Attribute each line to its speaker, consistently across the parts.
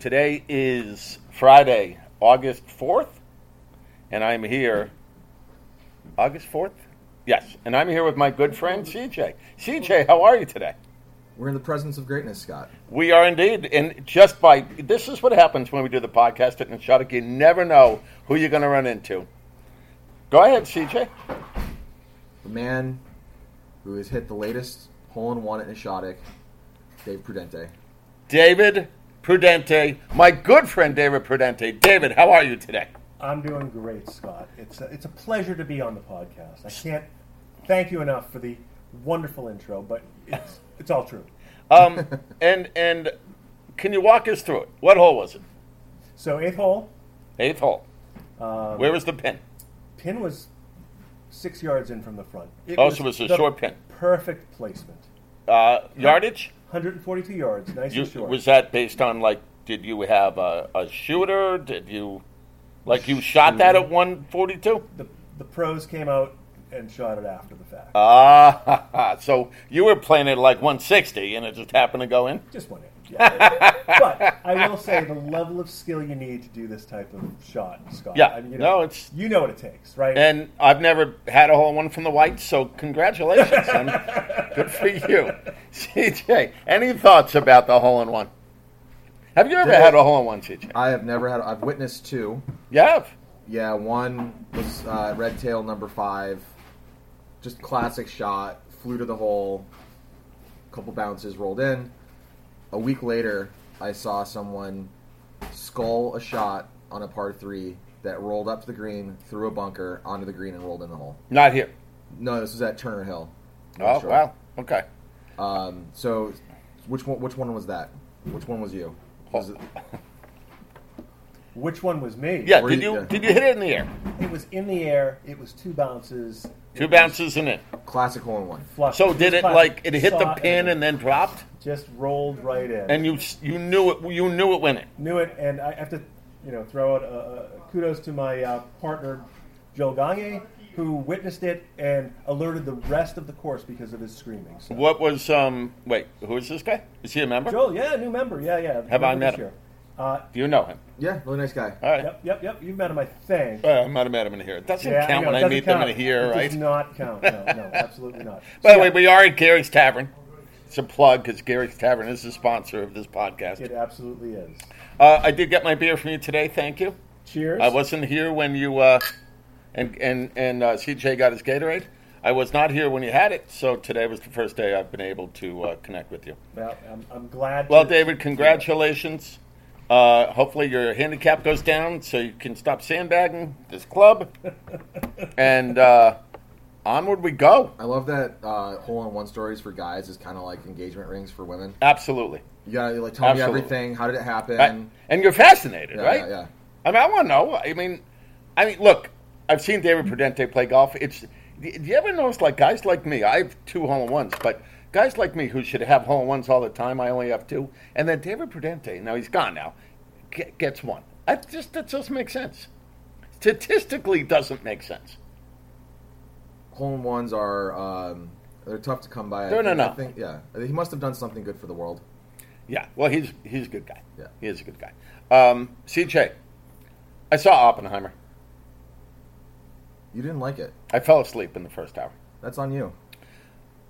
Speaker 1: Today is Friday, August 4th, and I'm here. August 4th? Yes, and I'm here with my good friend CJ. CJ, how are you today?
Speaker 2: We're in the presence of greatness, Scott.
Speaker 1: We are indeed. And just by this is what happens when we do the podcast at Nishadik. You never know who you're going to run into. Go ahead, CJ.
Speaker 2: The man who has hit the latest hole in one at Nishadik, Dave Prudente.
Speaker 1: David Prudente, my good friend David Prudente. David, how are you today?
Speaker 3: I'm doing great, Scott. It's a, it's a pleasure to be on the podcast. I can't thank you enough for the wonderful intro, but it's, it's all true.
Speaker 1: Um, and and can you walk us through it? What hole was it?
Speaker 3: So eighth hole,
Speaker 1: Eighth hole.
Speaker 2: Um,
Speaker 1: Where was the pin?
Speaker 3: pin was six yards in from the front. It
Speaker 1: Oh, so it was a
Speaker 3: the
Speaker 1: short pin.
Speaker 3: Perfect placement.
Speaker 1: Uh, yardage?
Speaker 3: 142 yards, nice
Speaker 1: You,
Speaker 3: and short.
Speaker 1: was that based on like? Did you have a, a shooter? Did you like you shot that at one forty two?
Speaker 3: the, the pros came out and shot it after the fact.
Speaker 1: Uh. Ah, so you were playing it like one sixty, and it just happened to go in.
Speaker 3: Just one inch. Yeah. but I will say the level of skill you need to do this type of shot, Scott.
Speaker 1: Yeah.
Speaker 3: I mean, you
Speaker 1: No,
Speaker 3: know,
Speaker 1: it's-
Speaker 3: you know what it takes, right?
Speaker 1: And I've never had a hole in one from the whites, so congratulations. i good for you. CJ, any thoughts about the hole in one? Have you ever
Speaker 2: Did I-
Speaker 1: had a hole in one, CJ?
Speaker 2: I have never had. I've witnessed two.
Speaker 1: You have?
Speaker 2: Yeah, one was uh, red tail number five. Just classic shot. Flew to the hole. Couple bounces rolled in. A week later, I saw someone skull a shot on a par three that rolled up to the green, through a bunker, onto the green, and rolled in the hole.
Speaker 1: Not here.
Speaker 2: No, this was at Turner Hill.
Speaker 1: Oh,
Speaker 2: Sure.
Speaker 1: wow. Okay.
Speaker 2: Um, so, which one? Which one was that? Which one was you? Was it-
Speaker 3: Which one was me?
Speaker 1: Yeah,
Speaker 2: Were
Speaker 1: did
Speaker 2: you-
Speaker 1: you
Speaker 2: yeah.
Speaker 1: did you hit it in the air?
Speaker 3: It was in the air. It was two bounces.
Speaker 1: Two bounces and in.
Speaker 2: classic hole in one.
Speaker 3: Flush.
Speaker 1: So did
Speaker 3: Just
Speaker 1: it
Speaker 3: clap-
Speaker 1: like it hit the
Speaker 3: saw it
Speaker 1: pin and then dropped?
Speaker 3: just rolled right in.
Speaker 1: And you s- you knew it you knew it went in.
Speaker 3: knew it. And I have to, you know, throw out uh, uh, kudos to my uh, partner Joe Gagne, who witnessed it and alerted the rest of the course because of his screaming. So.
Speaker 1: What was um wait, who is this guy? Is he a member?
Speaker 3: Joel, yeah, new member. Yeah, yeah.
Speaker 1: Have I
Speaker 3: Member
Speaker 1: met
Speaker 3: this
Speaker 1: him?
Speaker 3: year. Uh,
Speaker 1: You know him.
Speaker 2: Yeah, really nice guy.
Speaker 1: All right.
Speaker 3: yep, yep, yep. You've met him, I think.
Speaker 1: Uh, I might have met him in here. It doesn't
Speaker 3: Yeah,
Speaker 1: count
Speaker 3: know,
Speaker 1: when I
Speaker 3: doesn't
Speaker 1: meet them
Speaker 3: count.
Speaker 1: in here,
Speaker 3: it
Speaker 1: right?
Speaker 3: Does not count. No, no, absolutely not.
Speaker 1: By the
Speaker 3: So,
Speaker 1: way,
Speaker 3: yeah,
Speaker 1: we are at Gary's Tavern. It's a plug because Gary's Tavern is the sponsor of this
Speaker 3: it
Speaker 1: podcast.
Speaker 3: absolutely is.
Speaker 1: Uh, I did get my beer from you today. Thank you.
Speaker 3: Cheers.
Speaker 1: I wasn't here when you uh, and and and uh, CJ got his Gatorade. I was not here when you had it, so today was the first day I've been able to uh, connect with you.
Speaker 3: Well, I'm, I'm glad.
Speaker 1: Well,
Speaker 3: to-
Speaker 1: David, congratulations. Uh, hopefully, your handicap goes down so you can stop sandbagging this club. and uh, onward we go.
Speaker 2: I love that uh, hole in one stories for guys is kind of like engagement rings for women.
Speaker 1: Absolutely.
Speaker 2: You gotta like tell
Speaker 1: Absolutely.
Speaker 2: me everything. How did it happen?
Speaker 1: Right. And you're fascinated,
Speaker 2: Yeah,
Speaker 1: right?
Speaker 2: yeah, yeah.
Speaker 1: I mean, I want to know. I mean, I mean, look, I've seen David Prudente play golf. It's do you ever notice like guys like me? I have two hole in ones, but guys like me who should have hole in ones all the time, I only have two. And then David Prudente, now he's gone now, ge- gets one. I just that just makes sense. Statistically, doesn't make sense.
Speaker 2: Hole in ones are um, they're tough to come by. I
Speaker 1: No, no,
Speaker 2: think-
Speaker 1: no.
Speaker 2: I think, yeah, I think he must have done something good for the world.
Speaker 1: Yeah. Well, he's he's a good guy.
Speaker 2: Yeah.
Speaker 1: He is a good guy. Um, CJ, I saw Oppenheimer.
Speaker 2: You didn't like it.
Speaker 1: I fell asleep in the first hour.
Speaker 2: That's on you.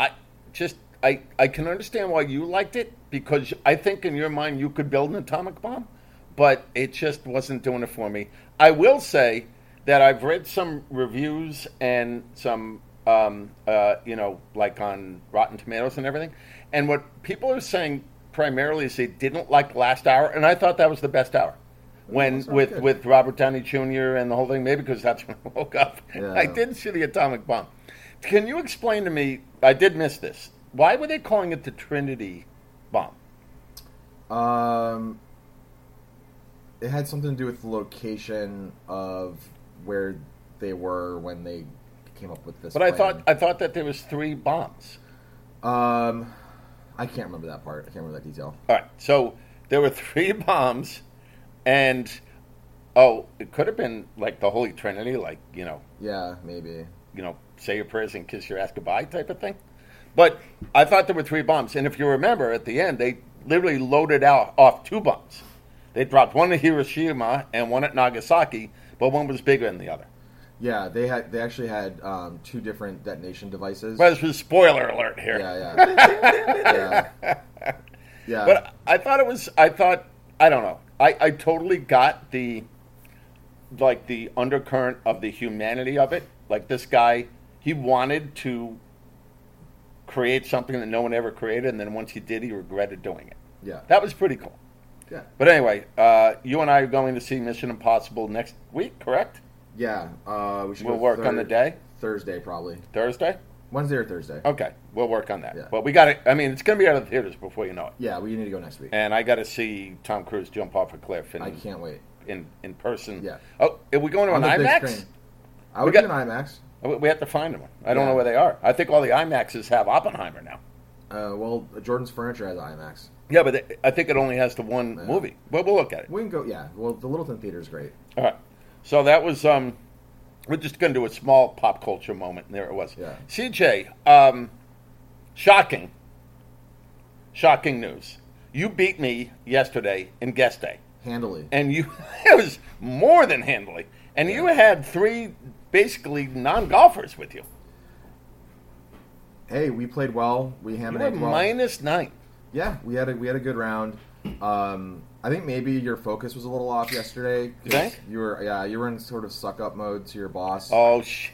Speaker 1: I just I I can understand why you liked it because I think in your mind you could build an atomic bomb, but it just wasn't doing it for me. I will say that I've read some reviews and some um, uh, you know like on Rotten Tomatoes and everything, and what people are saying primarily is they didn't like the last hour, and I thought that was the best hour. When
Speaker 2: sounds
Speaker 1: with
Speaker 2: good.
Speaker 1: with Robert Downey Jr. and the whole thing, maybe because that's when I woke up.
Speaker 2: Yeah.
Speaker 1: I did did see the atomic bomb. Can you explain to me? I did miss this. Why were they calling it the Trinity bomb?
Speaker 2: Um, it had something to do with the location of where they were when they came up with this.
Speaker 1: But I
Speaker 2: plan.
Speaker 1: thought I thought that there was three bombs.
Speaker 2: Um, I can't remember that part. I can't remember that detail.
Speaker 1: All right, so there were three bombs, and oh, it could have been like the Holy Trinity, like you know,
Speaker 2: Yeah, maybe.
Speaker 1: you know, say your prayers and kiss your ass goodbye type of thing. But I thought there were three bombs, and if you remember, at the end they literally loaded out off two bombs. They dropped one at Hiroshima and one at Nagasaki, but one was bigger than the other.
Speaker 2: Yeah, they had they actually had um, two different detonation devices.
Speaker 1: But this was spoiler alert here.
Speaker 2: Yeah, yeah, yeah. yeah.
Speaker 1: But uh, I thought it was. I thought I don't know. I I totally got the like the undercurrent of the humanity of it. Like this guy, he wanted to create something that no one ever created, and then once he did, he regretted doing it.
Speaker 2: yeah,
Speaker 1: That was pretty cool.
Speaker 2: yeah,
Speaker 1: But anyway, uh, you and I are going to see Mission Impossible next week, correct?
Speaker 2: yeah. Uh, we should
Speaker 1: We'll
Speaker 2: go
Speaker 1: work on the day?
Speaker 2: Thursday probably
Speaker 1: Thursday.
Speaker 2: Wednesday or Thursday.
Speaker 1: Okay, we'll work on that.
Speaker 2: Yeah.
Speaker 1: But we got to I mean, it's going to be out of the theaters before you know it.
Speaker 2: Yeah, we need to go next week.
Speaker 1: And I got to see Tom Cruise jump off a cliff in
Speaker 2: I can't wait.
Speaker 1: in, in person.
Speaker 2: Yeah.
Speaker 1: Oh, are we going to
Speaker 2: On
Speaker 1: an
Speaker 2: the big
Speaker 1: IMAX?
Speaker 2: screen. I would
Speaker 1: got-
Speaker 2: get an IMAX.
Speaker 1: We- We have to find them. I don't
Speaker 2: Yeah.
Speaker 1: know where they are. I think all the IMAXs have Oppenheimer now.
Speaker 2: Uh, well, Jordan's Furniture has IMAX.
Speaker 1: Yeah, but they, I think it only has the one
Speaker 2: Yeah.
Speaker 1: movie. But we'll look at it.
Speaker 2: We can go. Yeah. Well, the Littleton Theater is great.
Speaker 1: All right. So that was um, we're just going to do a small pop culture moment, and there it was.
Speaker 2: Yeah.
Speaker 1: CJ, um, shocking, shocking news. You beat me yesterday in guest day,
Speaker 2: Handily.
Speaker 1: and you it was more than handily. And you had three basically non golfers with you.
Speaker 2: hey, we played well. We
Speaker 1: You
Speaker 2: hammered
Speaker 1: were
Speaker 2: it well.
Speaker 1: minus nine.
Speaker 2: Yeah, we had a we had a good round. Um, I think maybe your focus was a little off yesterday. 'cause
Speaker 1: You think?
Speaker 2: You were yeah, you were in sort of suck up mode to your boss.
Speaker 1: Oh shit.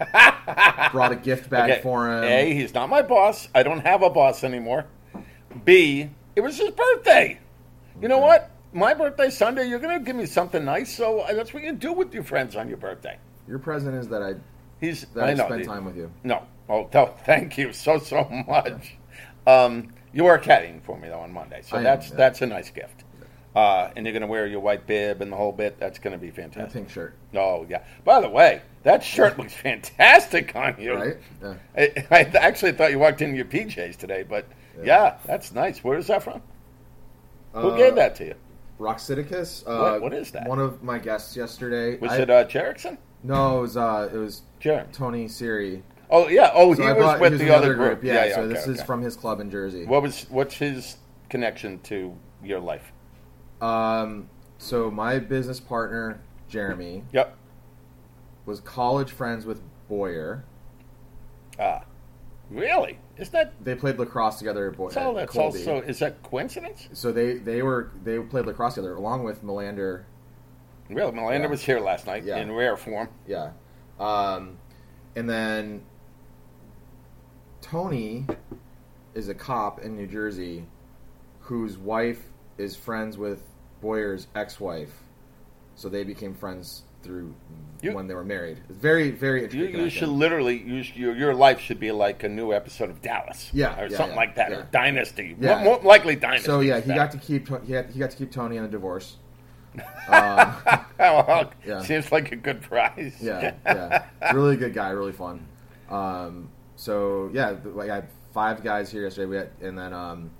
Speaker 2: Brought a gift bag
Speaker 1: Okay.
Speaker 2: for him.
Speaker 1: A, he's not my boss. I don't have a boss anymore. B, it was his birthday. You know
Speaker 2: Okay.
Speaker 1: what? My birthday Sunday. You're gonna give me something nice, so uh, that's what you do with your friends on your birthday.
Speaker 2: Your present is that I
Speaker 1: He's
Speaker 2: that
Speaker 1: I
Speaker 2: I,
Speaker 1: know.
Speaker 2: spent
Speaker 1: the-
Speaker 2: time with you.
Speaker 1: No. Oh, th- thank you so so much. Um, you are caddying for me though on Monday, so
Speaker 2: I am,
Speaker 1: that's
Speaker 2: yeah.
Speaker 1: that's a nice gift. Uh, and you're gonna wear your white bib and the whole bit. That's gonna be
Speaker 2: And a
Speaker 1: fantastic.
Speaker 2: pink shirt,
Speaker 1: Oh yeah. By the way, that shirt looks fantastic on you.
Speaker 2: right? Yeah.
Speaker 1: I, I actually thought you walked in your PJs today, but yeah,
Speaker 2: Yeah.
Speaker 1: that's nice. Where is that from?
Speaker 2: Uh,
Speaker 1: Who gave that to you?
Speaker 2: Roxidicus. Uh,
Speaker 1: What- what is that?
Speaker 2: One of my guests yesterday.
Speaker 1: Was
Speaker 2: I-
Speaker 1: it uh, Jerickson?
Speaker 2: no, it was uh, it was
Speaker 1: Jer.
Speaker 2: Tony Siri.
Speaker 1: Oh yeah. Oh,
Speaker 2: So
Speaker 1: he
Speaker 2: I
Speaker 1: was
Speaker 2: brought-
Speaker 1: with
Speaker 2: was
Speaker 1: the
Speaker 2: in
Speaker 1: other group.
Speaker 2: Yeah. so
Speaker 1: okay,
Speaker 2: this is
Speaker 1: okay.
Speaker 2: from his club in Jersey.
Speaker 1: What was what's his connection to your life?
Speaker 2: Um, so my business partner Jeremy
Speaker 1: Yep.
Speaker 2: was college friends with Boyer.
Speaker 1: Ah, really? Is that
Speaker 2: They played lacrosse together at Boy
Speaker 1: that's all?
Speaker 2: at
Speaker 1: That's
Speaker 2: Colby.
Speaker 1: also is that coincidence?
Speaker 2: So they they were they played lacrosse together along with Melander.
Speaker 1: Really, Melinda
Speaker 2: Yeah.
Speaker 1: was here last night
Speaker 2: Yeah.
Speaker 1: in rare form.
Speaker 2: Yeah, um, and then Tony is a cop in New Jersey whose wife is friends with Boyer's ex-wife. So they became friends through
Speaker 1: You-
Speaker 2: when they were married. It's very very
Speaker 1: You,
Speaker 2: interesting.
Speaker 1: you should literally you, sh- your your life should be like a new episode of Dallas,
Speaker 2: Yeah,
Speaker 1: or
Speaker 2: yeah,
Speaker 1: something
Speaker 2: yeah,
Speaker 1: like that,
Speaker 2: yeah.
Speaker 1: or Dynasty. More,
Speaker 2: Yeah.
Speaker 1: more likely Dynasty.
Speaker 2: So yeah,
Speaker 1: is
Speaker 2: he
Speaker 1: that.
Speaker 2: got to keep To- he, had, he got to keep Tony in a divorce. Um,
Speaker 1: Oh, well,
Speaker 2: Yeah.
Speaker 1: Seems like a good prize.
Speaker 2: yeah, yeah, really good guy, really fun. Um, so yeah, th- like I had five guys here yesterday, we had, and then um,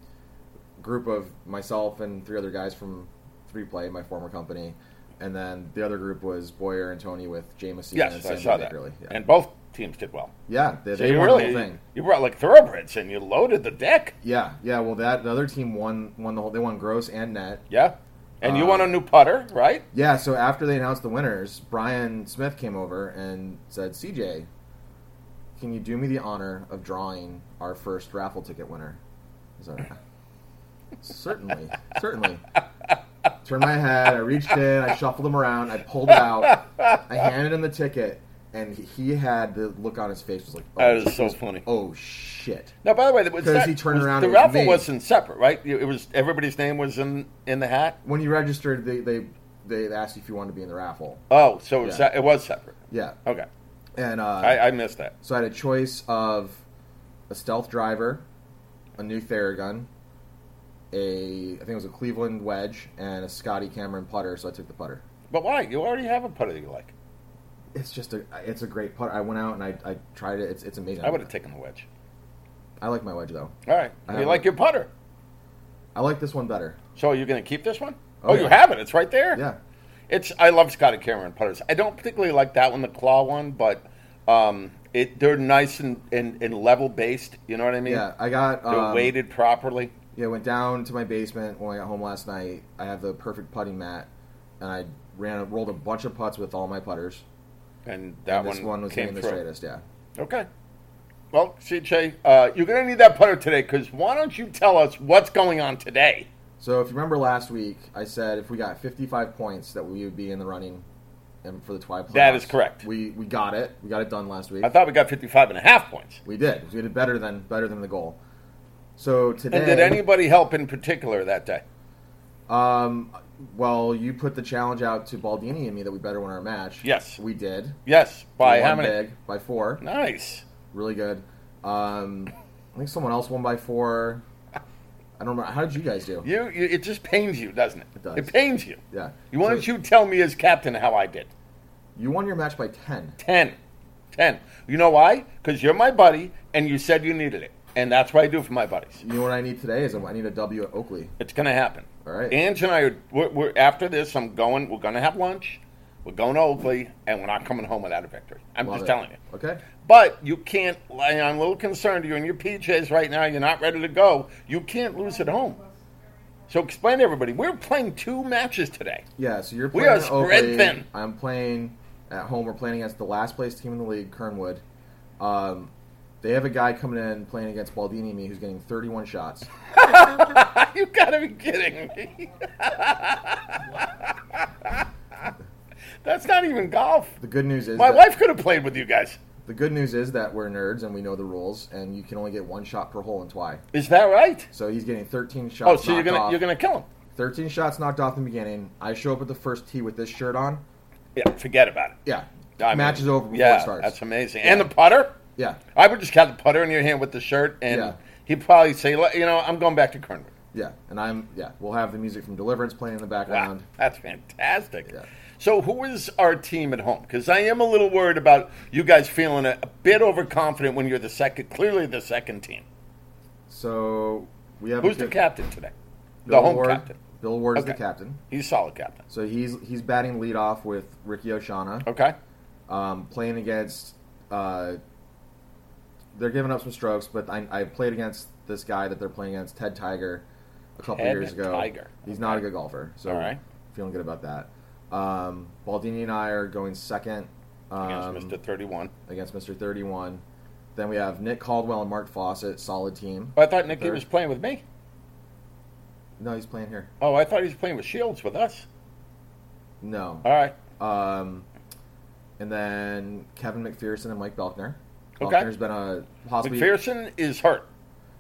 Speaker 2: group of myself and three other guys from Three Play, my former company, and then the other group was Boyer and Tony with Jameson and
Speaker 1: yes, I
Speaker 2: Sam
Speaker 1: saw that.
Speaker 2: Bakerly. Yeah,
Speaker 1: And both teams did well.
Speaker 2: yeah they,
Speaker 1: So
Speaker 2: they
Speaker 1: you
Speaker 2: won
Speaker 1: really
Speaker 2: the whole thing.
Speaker 1: you brought like thoroughbreds and you loaded the deck.
Speaker 2: Yeah, yeah. Well, that the other team won won the whole. They won gross and net.
Speaker 1: Yeah, and you
Speaker 2: Uh,
Speaker 1: won a new putter, right?
Speaker 2: Yeah, so after they announced the winners, Brian Smith came over and said, CJ, can you do me the honor of drawing our first raffle ticket winner? I said, certainly, certainly. Turned my head, I reached in, I shuffled him around, I pulled it out, I handed him the ticket, and he had the look on his face was like,
Speaker 1: That
Speaker 2: oh,
Speaker 1: is so funny.
Speaker 2: oh shit.
Speaker 1: Now, by the way, that was
Speaker 2: 'Cause
Speaker 1: that,
Speaker 2: he turned
Speaker 1: was-
Speaker 2: around
Speaker 1: The
Speaker 2: and it was
Speaker 1: raffle
Speaker 2: me.
Speaker 1: wasn't separate, right? You- It was everybody's name was in in the hat.
Speaker 2: When you registered, they, they, they asked you if you wanted to be in the raffle.
Speaker 1: Oh, so it was,
Speaker 2: Yeah.
Speaker 1: se- it was separate.
Speaker 2: Yeah.
Speaker 1: Okay,
Speaker 2: And uh,
Speaker 1: I, I missed that.
Speaker 2: So I had a choice of a stealth driver, a new Theragun, a I think it was a Cleveland wedge, and a Scotty Cameron putter. So I took the putter.
Speaker 1: But why? You already have a putter you like.
Speaker 2: It's just a it's a great putter. I went out and I, I tried it. It's it's amazing.
Speaker 1: I would have taken the wedge.
Speaker 2: I like my wedge though.
Speaker 1: All right,
Speaker 2: I
Speaker 1: you
Speaker 2: have
Speaker 1: like
Speaker 2: a-
Speaker 1: your putter.
Speaker 2: I like this one better.
Speaker 1: So you're going to keep this one?
Speaker 2: Oh,
Speaker 1: Oh,
Speaker 2: yeah.
Speaker 1: you have it. It's right there.
Speaker 2: Yeah.
Speaker 1: It's I love Scotty Cameron putters. I don't particularly like that one, the claw one, but um, it they're nice and, and, and level based. You know what I mean?
Speaker 2: Yeah, I got
Speaker 1: They're
Speaker 2: um,
Speaker 1: weighted properly.
Speaker 2: Yeah, I went down to my basement when I got home last night. I have the perfect putting mat, and I ran rolled a bunch of putts with all my putters.
Speaker 1: And that
Speaker 2: this one, was
Speaker 1: came
Speaker 2: being the
Speaker 1: through.
Speaker 2: straightest. Yeah.
Speaker 1: Okay. Well, CJ, uh, you're going to need that putter today because why don't you tell us what's going on today?
Speaker 2: So if you remember last week, I said if we got 55 points that we would be in the running, and for the twi playoffs.
Speaker 1: That is correct.
Speaker 2: We we got it. We got it done last week.
Speaker 1: I thought we got 55 and a half points.
Speaker 2: we did. We did better than better than the goal. So today,
Speaker 1: And did anybody help in particular that day?
Speaker 2: Um, well, you put the challenge out to Baldini and me that we better win our match.
Speaker 1: Yes.
Speaker 2: we did.
Speaker 1: Yes. By
Speaker 2: We
Speaker 1: how
Speaker 2: won
Speaker 1: many?
Speaker 2: big, by four.
Speaker 1: Nice.
Speaker 2: Really good. Um, I think someone else won by four. I don't remember. How did you guys do?
Speaker 1: You, you, it just pains you, doesn't it?
Speaker 2: It does.
Speaker 1: It pains you.
Speaker 2: Yeah.
Speaker 1: You Why don't
Speaker 2: So
Speaker 1: you tell me as captain how I did?
Speaker 2: You won your match by ten.
Speaker 1: 10. 10. You know why? Because you're my buddy and you said you needed it. And that's what I do for my buddies.
Speaker 2: You know what I need today is I need a W at Oakley.
Speaker 1: It's going to happen.
Speaker 2: All right.
Speaker 1: Ange and I are, we're, we're, after this, I'm going, we're going to have lunch. We're going to Oakley and we're not coming home without a victory. I'm
Speaker 2: Love
Speaker 1: just
Speaker 2: it.
Speaker 1: telling you.
Speaker 2: Okay.
Speaker 1: But you can't, like, I'm a little concerned. You're in your PJs right now. You're not ready to go. You can't lose at home. So explain to everybody. We're playing two matches today.
Speaker 2: Yeah. So you're
Speaker 1: We
Speaker 2: playing
Speaker 1: are
Speaker 2: at
Speaker 1: spread
Speaker 2: Oakley.
Speaker 1: thin.
Speaker 2: I'm playing at home. We're playing against the last place team in the league, Kernwood. Um, they have a guy coming in playing against Baldini and me who's getting 31 shots.
Speaker 1: you gotta be kidding me. That's not even golf.
Speaker 2: The good news is
Speaker 1: My
Speaker 2: that-
Speaker 1: wife could have played with you guys.
Speaker 2: The good news is that we're nerds and we know the rules, and you can only get one shot per hole in Twi.
Speaker 1: Is that right?
Speaker 2: So he's getting 13 shots.
Speaker 1: Oh, so you're
Speaker 2: knocked
Speaker 1: gonna
Speaker 2: off.
Speaker 1: you're gonna kill him?
Speaker 2: 13 shots knocked off in the beginning. I show up at the first tee with this shirt on.
Speaker 1: Yeah, forget about it.
Speaker 2: Yeah,
Speaker 1: I
Speaker 2: match
Speaker 1: mean,
Speaker 2: is over before
Speaker 1: yeah,
Speaker 2: it starts.
Speaker 1: that's amazing. And the putter.
Speaker 2: yeah,
Speaker 1: I would just have the putter in your hand with the shirt, and
Speaker 2: Yeah.
Speaker 1: he'd probably say, "Look, "You know, I'm going back to Kernwood."
Speaker 2: yeah, and I'm yeah. We'll have the music from Deliverance playing in the background.
Speaker 1: Wow, that's fantastic.
Speaker 2: Yeah.
Speaker 1: So, who is our team at home? Because I am a little worried about you guys feeling a, a bit overconfident when you're the second, clearly the second team.
Speaker 2: So we have
Speaker 1: Who's
Speaker 2: a
Speaker 1: the
Speaker 2: good-
Speaker 1: captain today?
Speaker 2: Bill
Speaker 1: the home
Speaker 2: Ward.
Speaker 1: captain.
Speaker 2: Bill Ward is
Speaker 1: Okay.
Speaker 2: the captain.
Speaker 1: He's solid captain.
Speaker 2: So he's he's batting leadoff with Ricky O'Shana.
Speaker 1: Okay.
Speaker 2: um, playing against. Uh, they're giving up some strokes, but I, I played against this guy that they're playing against, Ted Tiger, a couple
Speaker 1: Ted
Speaker 2: years ago.
Speaker 1: Tiger.
Speaker 2: He's not a good golfer, so
Speaker 1: All right.
Speaker 2: feeling good about that. Um, Baldini and I are going second
Speaker 1: Against
Speaker 2: um,
Speaker 1: Mr. 31.
Speaker 2: against Mr. 31. Then we have Nick Caldwell and Mark Fawcett, solid team.
Speaker 1: Oh, I thought Nicky
Speaker 2: third.
Speaker 1: was playing with me.
Speaker 2: No, he's playing here.
Speaker 1: Oh, I thought he was playing with Shields with us.
Speaker 2: No.
Speaker 1: All right.
Speaker 2: Um, and then Kevin McPherson and Mike Belkner.
Speaker 1: Okay.
Speaker 2: Belkner's been a possibly
Speaker 1: McPherson is hurt.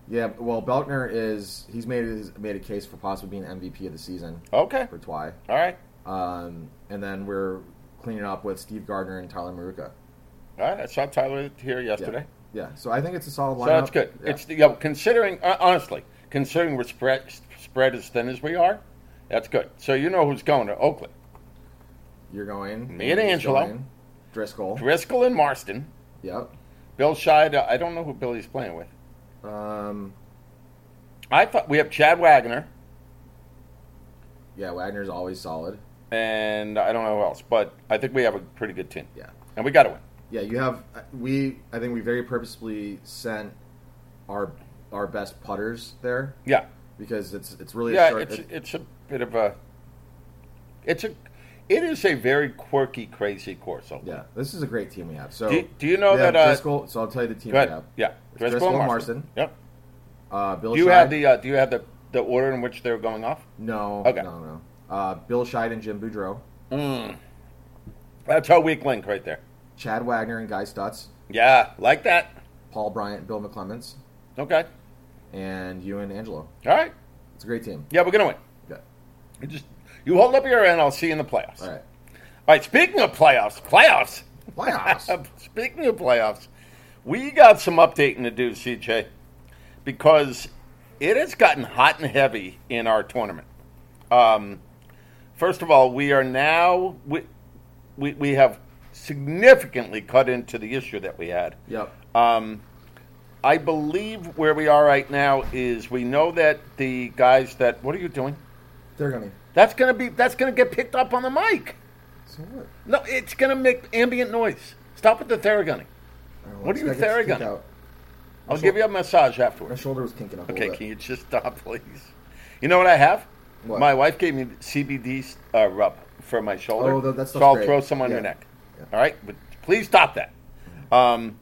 Speaker 2: Yeah, well, Belkner is he's made his, made a case for possibly being MVP of the season
Speaker 1: Okay.
Speaker 2: for Twy,
Speaker 1: All right.
Speaker 2: um, and then we're cleaning up with Steve Gardner and Tyler Maruka.
Speaker 1: All right. I saw Tyler here
Speaker 2: Yeah.
Speaker 1: yesterday.
Speaker 2: yeah. So I think it's a solid lineup.
Speaker 1: So that's good.
Speaker 2: Yeah.
Speaker 1: It's the, yeah, considering uh, honestly, considering we're spread spread as thin as we are, that's good. So you know who's going to Oakland:
Speaker 2: you're going
Speaker 1: Me and
Speaker 2: he's
Speaker 1: Angelo.
Speaker 2: going, Driscoll.
Speaker 1: Driscoll and Marston,
Speaker 2: Yep.
Speaker 1: Bill Scheid. uh, I don't know who Billy's playing with.
Speaker 2: Um,
Speaker 1: I thought we have Chad Wagner,
Speaker 2: yeah, Wagner's always solid.
Speaker 1: and I don't know who else, but I think we have a pretty good team,
Speaker 2: Yeah,
Speaker 1: and we got to win.
Speaker 2: yeah. You have uh, we. I think we very purposefully sent our our best putters there
Speaker 1: Yeah,
Speaker 2: because it's it's really a
Speaker 1: yeah.
Speaker 2: short,
Speaker 1: It's it's a bit of a it's a it is a very quirky, crazy course. Oakland.
Speaker 2: Yeah, this is a great team we have. So
Speaker 1: Do- do you know
Speaker 2: we have
Speaker 1: that, uh,
Speaker 2: Driscoll? So I'll tell you the team
Speaker 1: Go
Speaker 2: we
Speaker 1: ahead.
Speaker 2: have.
Speaker 1: Yeah,
Speaker 2: Driscoll and Marston.
Speaker 1: Yep.
Speaker 2: Uh, Bill.
Speaker 1: Do you
Speaker 2: Scheid-
Speaker 1: have the uh, Do you have the the order in which they're going off?
Speaker 2: No.
Speaker 1: Okay.
Speaker 2: No. No. Uh, Bill Scheid and Jim Boudreau,
Speaker 1: Mm. That's our weak link right there.
Speaker 2: Chad Wagner and Guy Stutz,
Speaker 1: Yeah, like that.
Speaker 2: Paul Bryant, Bill McClements,
Speaker 1: Okay.
Speaker 2: and you and Angelo.
Speaker 1: All right.
Speaker 2: It's a great team.
Speaker 1: Yeah, we're gonna win.
Speaker 2: Yeah.
Speaker 1: You just you hold up your end. I'll see you in the playoffs.
Speaker 2: All right.
Speaker 1: All right, Speaking of playoffs, playoffs.
Speaker 2: Playoffs.
Speaker 1: Speaking of playoffs, we got some updating to do, CJ, because it has gotten hot and heavy in our tournament. Um, first of all, we are now we, we we have significantly cut into the issue that we had.
Speaker 2: yep.
Speaker 1: Um, I believe where we are right now is we know that the guys that what are you doing?
Speaker 2: They're gonna.
Speaker 1: That's gonna be that's gonna get picked up on the mic.
Speaker 2: So what?
Speaker 1: No, it's gonna make ambient noise. Stop with the theragunning.
Speaker 2: I don't know,
Speaker 1: What are
Speaker 2: this
Speaker 1: you
Speaker 2: guy gets to
Speaker 1: Theragun?
Speaker 2: stick out.
Speaker 1: I'll give you a massage
Speaker 2: My
Speaker 1: afterwards.
Speaker 2: shoulder was kinking up. a
Speaker 1: Okay,
Speaker 2: little
Speaker 1: can
Speaker 2: bit.
Speaker 1: you just stop, please? You know what I have?
Speaker 2: What?
Speaker 1: My wife gave me CBD uh, rub for my shoulder.
Speaker 2: Oh, tha- that
Speaker 1: so
Speaker 2: stuff's
Speaker 1: I'll
Speaker 2: great.
Speaker 1: throw some on
Speaker 2: Yeah.
Speaker 1: your neck.
Speaker 2: Yeah.
Speaker 1: All right, but please stop that. Um,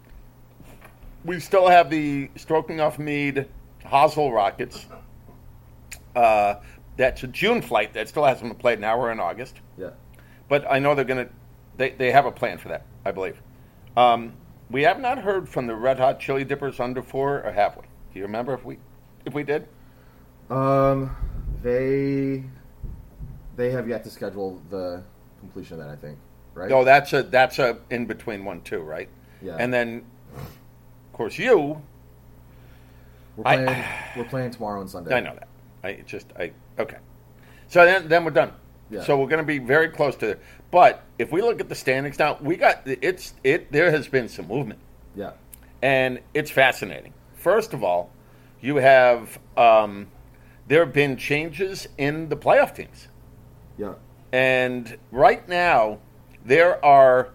Speaker 1: we still have the stroking off mead Hazel rockets. Uh, that's a June flight that still hasn't been played. Now we're in August.
Speaker 2: Yeah.
Speaker 1: But I know they're going to, they, they have a plan for that, I believe. Um, we have not heard from the Red Hot Chili Dippers under four, or have we? Do you remember if we, if we did?
Speaker 2: Um, they they have yet to schedule the completion of that. I think. Right.
Speaker 1: No, Oh, that's a, that's a in between one, too, right?
Speaker 2: Yeah.
Speaker 1: And then, of course, you,
Speaker 2: we're
Speaker 1: I-
Speaker 2: playing. we're playing tomorrow and Sunday.
Speaker 1: I know that. I it just, I, okay. So then, then we're done.
Speaker 2: Yeah.
Speaker 1: So we're going to be very close to, but if we look at the standings now, we got, it's, it, there has been some movement.
Speaker 2: Yeah.
Speaker 1: and it's fascinating. First of all, you have um, there have been changes in the playoff teams,
Speaker 2: Yeah.
Speaker 1: and right now there are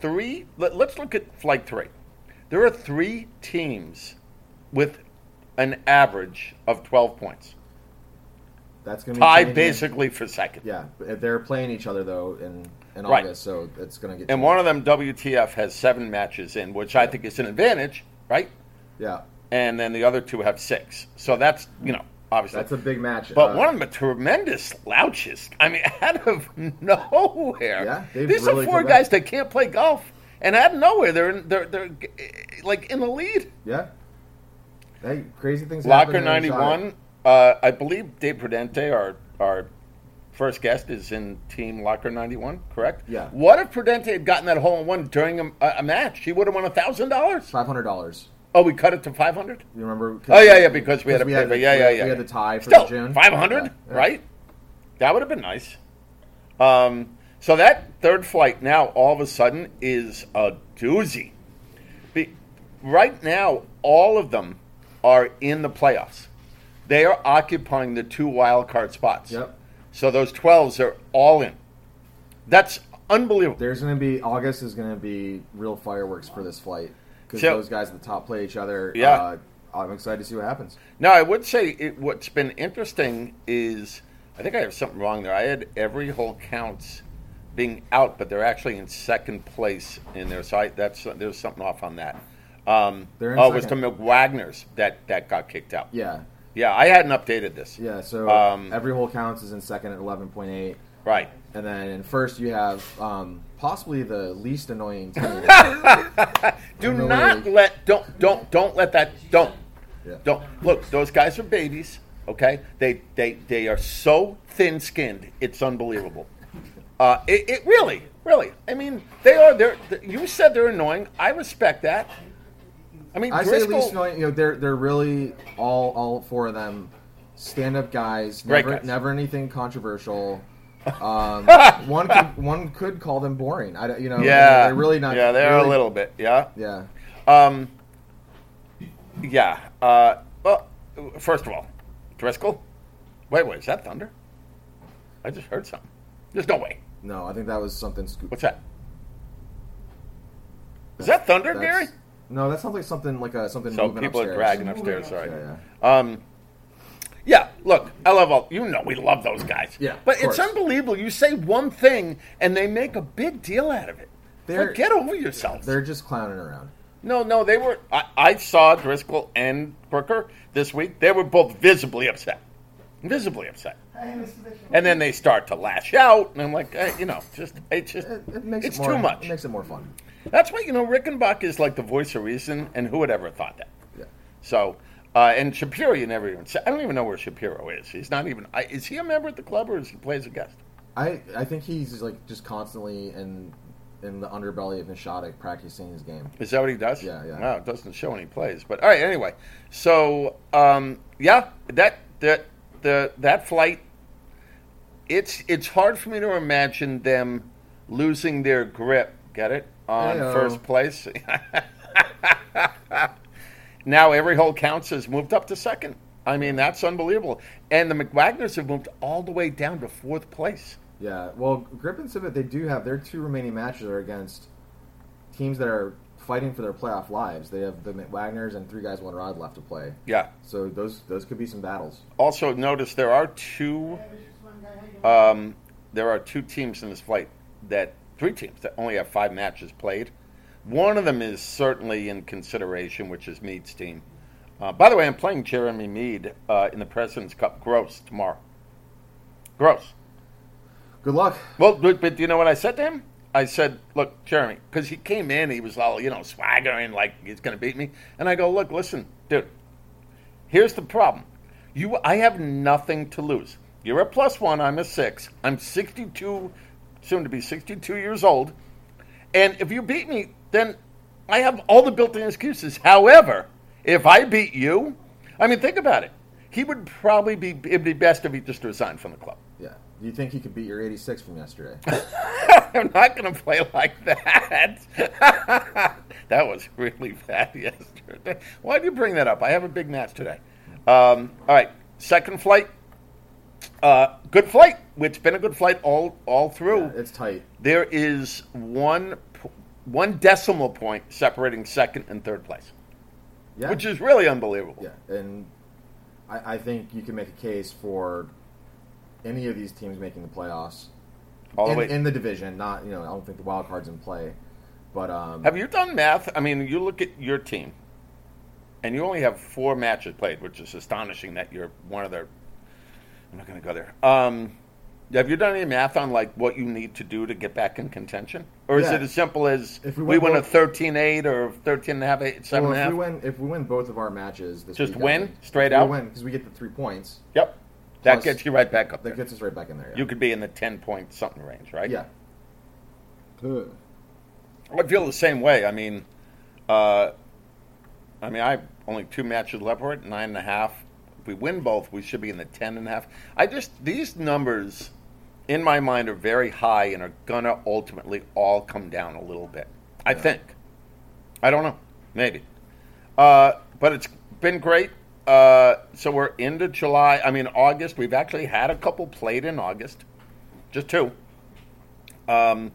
Speaker 1: three. Let, let's look at flight three. There are three teams with an average of twelve points,
Speaker 2: That's gonna be
Speaker 1: tied
Speaker 2: changing.
Speaker 1: basically for second.
Speaker 2: Yeah, but they're playing each other though in in
Speaker 1: Right.
Speaker 2: August, so it's gonna get.
Speaker 1: And one of them, WTF, has seven matches in, which I think is an advantage, right?
Speaker 2: Yeah,
Speaker 1: And then the other two have six. So that's you know obviously
Speaker 2: that's a big match.
Speaker 1: But
Speaker 2: Uh,
Speaker 1: one of the tremendous slouches. I mean, out of nowhere.
Speaker 2: Yeah, they've
Speaker 1: These
Speaker 2: really
Speaker 1: are four
Speaker 2: come back.
Speaker 1: guys that can't play golf, and out of nowhere they're in, they're they're eh, like in the lead.
Speaker 2: Yeah. Hey, crazy things. happen
Speaker 1: Locker
Speaker 2: in
Speaker 1: ninety
Speaker 2: the
Speaker 1: one. Uh, I believe Dave Prudente, our our first guest, is in Team Locker ninety one. Correct.
Speaker 2: Yeah.
Speaker 1: What if Prudente had gotten that hole in one during a, a match? He would have won a thousand dollars.
Speaker 2: Five hundred dollars.
Speaker 1: Oh, we cut it to five hundred.
Speaker 2: You remember?
Speaker 1: Oh yeah, yeah, because we had a paper.
Speaker 2: the,
Speaker 1: yeah,
Speaker 2: we
Speaker 1: yeah,
Speaker 2: had-
Speaker 1: yeah.
Speaker 2: We had the tie for
Speaker 1: Still,
Speaker 2: June.
Speaker 1: Five hundred,
Speaker 2: Yeah, yeah.
Speaker 1: right? That would have been nice. Um, so that third flight now all of a sudden is a doozy. Be- right now, all of them are in the playoffs. They are occupying the two wild card spots.
Speaker 2: Yep.
Speaker 1: So those twelves are all in. That's unbelievable.
Speaker 2: There's gonna be August is gonna be real fireworks for this flight because
Speaker 1: So-
Speaker 2: those guys at the top play each other.
Speaker 1: Yeah.
Speaker 2: Uh, I'm excited to see what happens.
Speaker 1: Now, I would say it, what's been interesting is I think I have something wrong there. I had every hole counts being out, but they're actually in second place in there. So I, that's there's something off on that. Um,
Speaker 2: They're in
Speaker 1: oh, it was the
Speaker 2: second.
Speaker 1: McWagners that that got kicked out.
Speaker 2: Yeah.
Speaker 1: yeah. I hadn't updated this.
Speaker 2: Yeah. So
Speaker 1: Um,
Speaker 2: every hole counts is in second at eleven point eight.
Speaker 1: Right.
Speaker 2: And then in first you have um, possibly the least annoying team.
Speaker 1: Do
Speaker 2: In the
Speaker 1: not
Speaker 2: league.
Speaker 1: let don't don't don't let that don't
Speaker 2: Yeah.
Speaker 1: don't look. Those guys are babies. Okay, they they they are so thin skinned. It's unbelievable. Uh, it, it really really. I mean, they are. They're th- you said they're annoying. I respect that. I mean,
Speaker 2: I say at
Speaker 1: Driscoll,
Speaker 2: least annoying. You know, they're they're really all all four of them stand-up guys.
Speaker 1: Great
Speaker 2: Never,
Speaker 1: guys.
Speaker 2: never anything controversial. Um, one could, one could call them boring. I don't- you know
Speaker 1: yeah,
Speaker 2: they're really not.
Speaker 1: Yeah, they're
Speaker 2: really-
Speaker 1: a little bit. Yeah.
Speaker 2: Yeah,
Speaker 1: Um. Yeah. Uh. Well, first of all, Driscoll. Wait, wait. Is that thunder? I just heard something. There's no way.
Speaker 2: no, I think that was something. Scoop.
Speaker 1: What's that? Is that thunder,
Speaker 2: That's-
Speaker 1: Gary?
Speaker 2: No, that sounds like something like a something.
Speaker 1: So
Speaker 2: moving
Speaker 1: people
Speaker 2: upstairs.
Speaker 1: are dragging upstairs. Sorry.
Speaker 2: Yeah,
Speaker 1: Um, yeah. Look, I love all. You know, we love those guys.
Speaker 2: Yeah, of
Speaker 1: But it's
Speaker 2: course.
Speaker 1: unbelievable. You say one thing and they make a big deal out of it.
Speaker 2: They're-
Speaker 1: like, get over yourselves.
Speaker 2: They're just clowning around.
Speaker 1: No, no, they were. I, I saw Driscoll and Brooker this week. They were both visibly upset, visibly upset. And then they start to lash out, and I'm like, eh, you know, just it just
Speaker 2: It, it makes
Speaker 1: it's
Speaker 2: it more,
Speaker 1: too much.
Speaker 2: It makes it more fun.
Speaker 1: That's why you know Rickenbach is like the voice of reason, and who would ever have thought that?
Speaker 2: Yeah.
Speaker 1: So, uh, and Shapiro, you never even. Say, I don't even know where Shapiro is. He's not even. I, is he a member at the club or is he plays a guest?
Speaker 2: I I think he's like just constantly in in the underbelly of Nishadic practicing his game.
Speaker 1: Is that what he does?
Speaker 2: Yeah, yeah.
Speaker 1: No, it doesn't show any plays. But all right, anyway. So um, yeah, that that the that flight. It's it's hard for me to imagine them losing their grip. Get it on
Speaker 2: Ayo.
Speaker 1: first place. now every hole counts has moved up to second. I mean that's unbelievable. And the McWagners have moved all the way down to fourth place.
Speaker 2: Yeah, well, Grip and Civet, they do have their two remaining matches are against teams that are fighting for their playoff lives. They have the Wagners and three guys one rod left to play.
Speaker 1: Yeah.
Speaker 2: So those those could be some battles.
Speaker 1: Also, notice there are two. Um, there are two teams in this fight that three teams that only have five matches played. One of them is certainly in consideration, which is Mead's team. Uh, by the way, I'm playing Jeremy Mead uh, in the President's Cup. Gross tomorrow. Gross.
Speaker 2: Good luck.
Speaker 1: Well, but, but you know what I said to him? I said, look, Jeremy, because he came in, he was all, you know, swaggering like he's going to beat me. And I go, look, listen, dude, here's the problem. You, I have nothing to lose. You're a plus one, I'm a six. I'm 62, soon to be 62 years old. And if you beat me, then I have all the built in excuses. However, if I beat you, I mean, think about it. He would probably be, it'd be best if he just resigned from the club.
Speaker 2: Yeah. Do you think he could beat your 86 from yesterday?
Speaker 1: I'm not going to play like that. that was really bad yesterday. Why do you bring that up? I have a big match today. Um, all right, second flight. Uh, good flight. It's been a good flight all all through.
Speaker 2: Yeah, it's tight.
Speaker 1: There is one p- one decimal point separating second and third place,
Speaker 2: Yeah.
Speaker 1: which is really unbelievable.
Speaker 2: yeah. And I, I think you can make a case for any of these teams making the playoffs
Speaker 1: All the
Speaker 2: in,
Speaker 1: way.
Speaker 2: in the division. Not you know I don't think the wild card's in play, but um,
Speaker 1: Have you done math? I mean, you look at your team, and you only have four matches played, which is astonishing that you're one of their. I'm not going to go there. Um, have you done any math on like what you need to do to get back in contention, or is
Speaker 2: Yeah.
Speaker 1: it as simple as
Speaker 2: If we
Speaker 1: we,
Speaker 2: win
Speaker 1: win a
Speaker 2: both-
Speaker 1: 13-8 or 13 and a half, eight, seven and
Speaker 2: well,
Speaker 1: a
Speaker 2: if
Speaker 1: half?
Speaker 2: we win if we win both of our matches, this
Speaker 1: Just
Speaker 2: weekend,
Speaker 1: win? Straight
Speaker 2: we
Speaker 1: out?
Speaker 2: win because we get the three points.
Speaker 1: Yep, that
Speaker 2: Plus-
Speaker 1: gets you right back up there.
Speaker 2: That gets us right back in there. Yeah.
Speaker 1: you could be in the ten point something range, right?
Speaker 2: yeah. Ugh.
Speaker 1: I feel the same way. I mean, uh, I mean, I have only two matches left for it, nine and a half. If we win both, we should be in the ten and a half. I just these numbers in my mind are very high and are gonna ultimately all come down a little bit. I
Speaker 2: Yeah.
Speaker 1: think. I don't know. Maybe. Uh, but it's been great. Uh, so we're into July. I mean, August. We've actually had a couple played in August, just two. Um,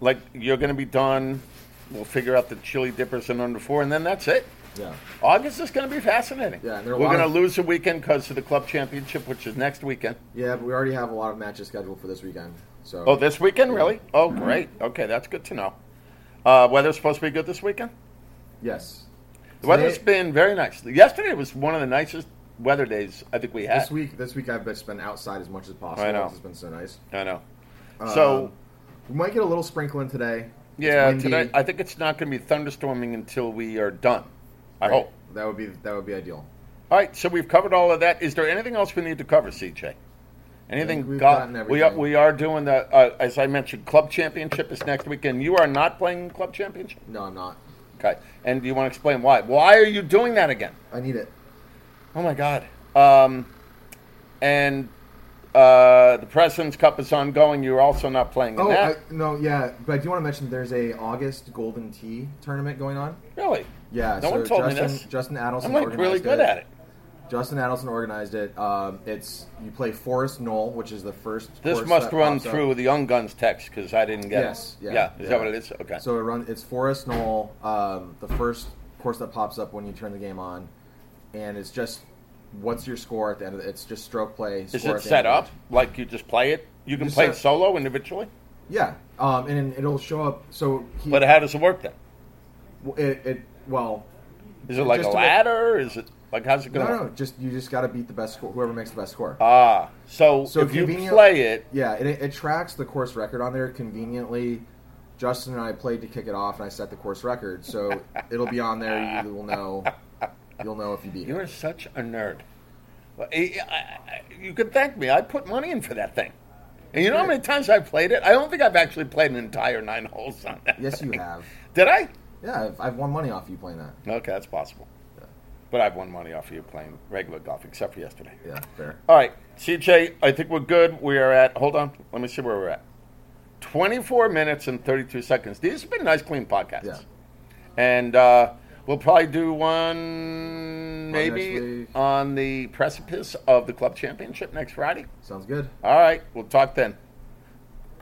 Speaker 1: like you're going to be done. We'll figure out the chili dippers and under four, and then that's it.
Speaker 2: Yeah.
Speaker 1: August is going to be fascinating.
Speaker 2: Yeah, and there
Speaker 1: we're
Speaker 2: are a lot
Speaker 1: going to
Speaker 2: of-
Speaker 1: lose a weekend because of the club championship, which is next weekend.
Speaker 2: Yeah, but we already have a lot of matches scheduled for this weekend. So
Speaker 1: Oh, this weekend, really? Oh, great. Okay, that's good to know. Uh, weather's supposed to be good this weekend.
Speaker 2: yes.
Speaker 1: The weather's
Speaker 2: Today-
Speaker 1: been very nice. Yesterday was one of the nicest weather days I think we had.
Speaker 2: This week, this week I've just been outside as much as possible.
Speaker 1: I know.
Speaker 2: 'cause It's been so nice.
Speaker 1: I know. so
Speaker 2: Um, we might get a little sprinkling today. It's
Speaker 1: yeah,
Speaker 2: windy.
Speaker 1: today I think it's not going to be thunderstorming until we are done. I
Speaker 2: Right.
Speaker 1: hope.
Speaker 2: that would be that would be ideal.
Speaker 1: All right, so we've covered all of that. Is there anything else we need to cover, CJ? Anything?
Speaker 2: we've
Speaker 1: got-
Speaker 2: gotten
Speaker 1: we are
Speaker 2: everything.
Speaker 1: we are doing the uh, as I mentioned, club championship is next weekend. You are not playing club championship.
Speaker 2: No, I'm not.
Speaker 1: Okay, and do you want to explain why? Why are you doing that again?
Speaker 2: I need it.
Speaker 1: Oh my God. Um, and uh, the President's Cup is ongoing. You're also not playing in
Speaker 2: Oh I,
Speaker 1: that.
Speaker 2: no, yeah, but I do want to mention there's a August Golden Tea tournament going on.
Speaker 1: really?
Speaker 2: Yeah,
Speaker 1: No
Speaker 2: so
Speaker 1: one told me
Speaker 2: Justin,
Speaker 1: this.
Speaker 2: Justin Adelson
Speaker 1: I'm like
Speaker 2: organized
Speaker 1: really good
Speaker 2: it.
Speaker 1: at it.
Speaker 2: Justin Adelson organized it. Um, it's you play Forest Knoll, which is the first.
Speaker 1: This
Speaker 2: course
Speaker 1: must
Speaker 2: that
Speaker 1: run
Speaker 2: pops up.
Speaker 1: through the Young Guns text because I didn't get
Speaker 2: Yes,
Speaker 1: it.
Speaker 2: yeah,
Speaker 1: yeah. Is
Speaker 2: yeah.
Speaker 1: that what it is? Okay.
Speaker 2: So it run, it's Forest Knoll, um, the first course that pops up when you turn the game on, and it's just what's your score at the end of the, It's just stroke play.
Speaker 1: is
Speaker 2: score
Speaker 1: it
Speaker 2: at the
Speaker 1: set
Speaker 2: end of
Speaker 1: up
Speaker 2: the-
Speaker 1: like you just play it? You can
Speaker 2: You
Speaker 1: play
Speaker 2: set-
Speaker 1: it solo individually,
Speaker 2: Yeah, um, and, then it'll show up. So he,
Speaker 1: but how does it work then?
Speaker 2: it, it well,
Speaker 1: Is it like
Speaker 2: Just
Speaker 1: a
Speaker 2: to make-
Speaker 1: ladder? Is it like how's it
Speaker 2: no,
Speaker 1: going? to
Speaker 2: no,
Speaker 1: work?
Speaker 2: just you just got to beat the best score, whoever makes the best score.
Speaker 1: Ah, so,
Speaker 2: So
Speaker 1: if you
Speaker 2: convenient-
Speaker 1: play it,
Speaker 2: Yeah, it, it tracks the course record on there conveniently. Justin and I played to kick it off, and I set the course record, so it'll be on there. You will know. You'll know if you beat. it.
Speaker 1: you are such a nerd. Well, eh, I- I- I- You can thank me. I put money in for that thing. And you know how many times I've played it? I don't think I've actually played an entire nine holes on that.
Speaker 2: Yes, you
Speaker 1: thing.
Speaker 2: have.
Speaker 1: Did I?
Speaker 2: Yeah, I've, I've won money off you playing that.
Speaker 1: Okay, that's possible. But I've won money off of you playing regular golf, except for yesterday.
Speaker 2: Yeah, fair.
Speaker 1: All right, CJ, I think we're good. We are at, hold on, let me see where we're at. 24 minutes and 32 seconds. These have been nice, clean podcasts.
Speaker 2: Yeah.
Speaker 1: And uh, we'll probably do one
Speaker 2: Probably next
Speaker 1: maybe
Speaker 2: week.
Speaker 1: on the precipice of the club championship next Friday.
Speaker 2: Sounds good.
Speaker 1: All right, we'll talk then.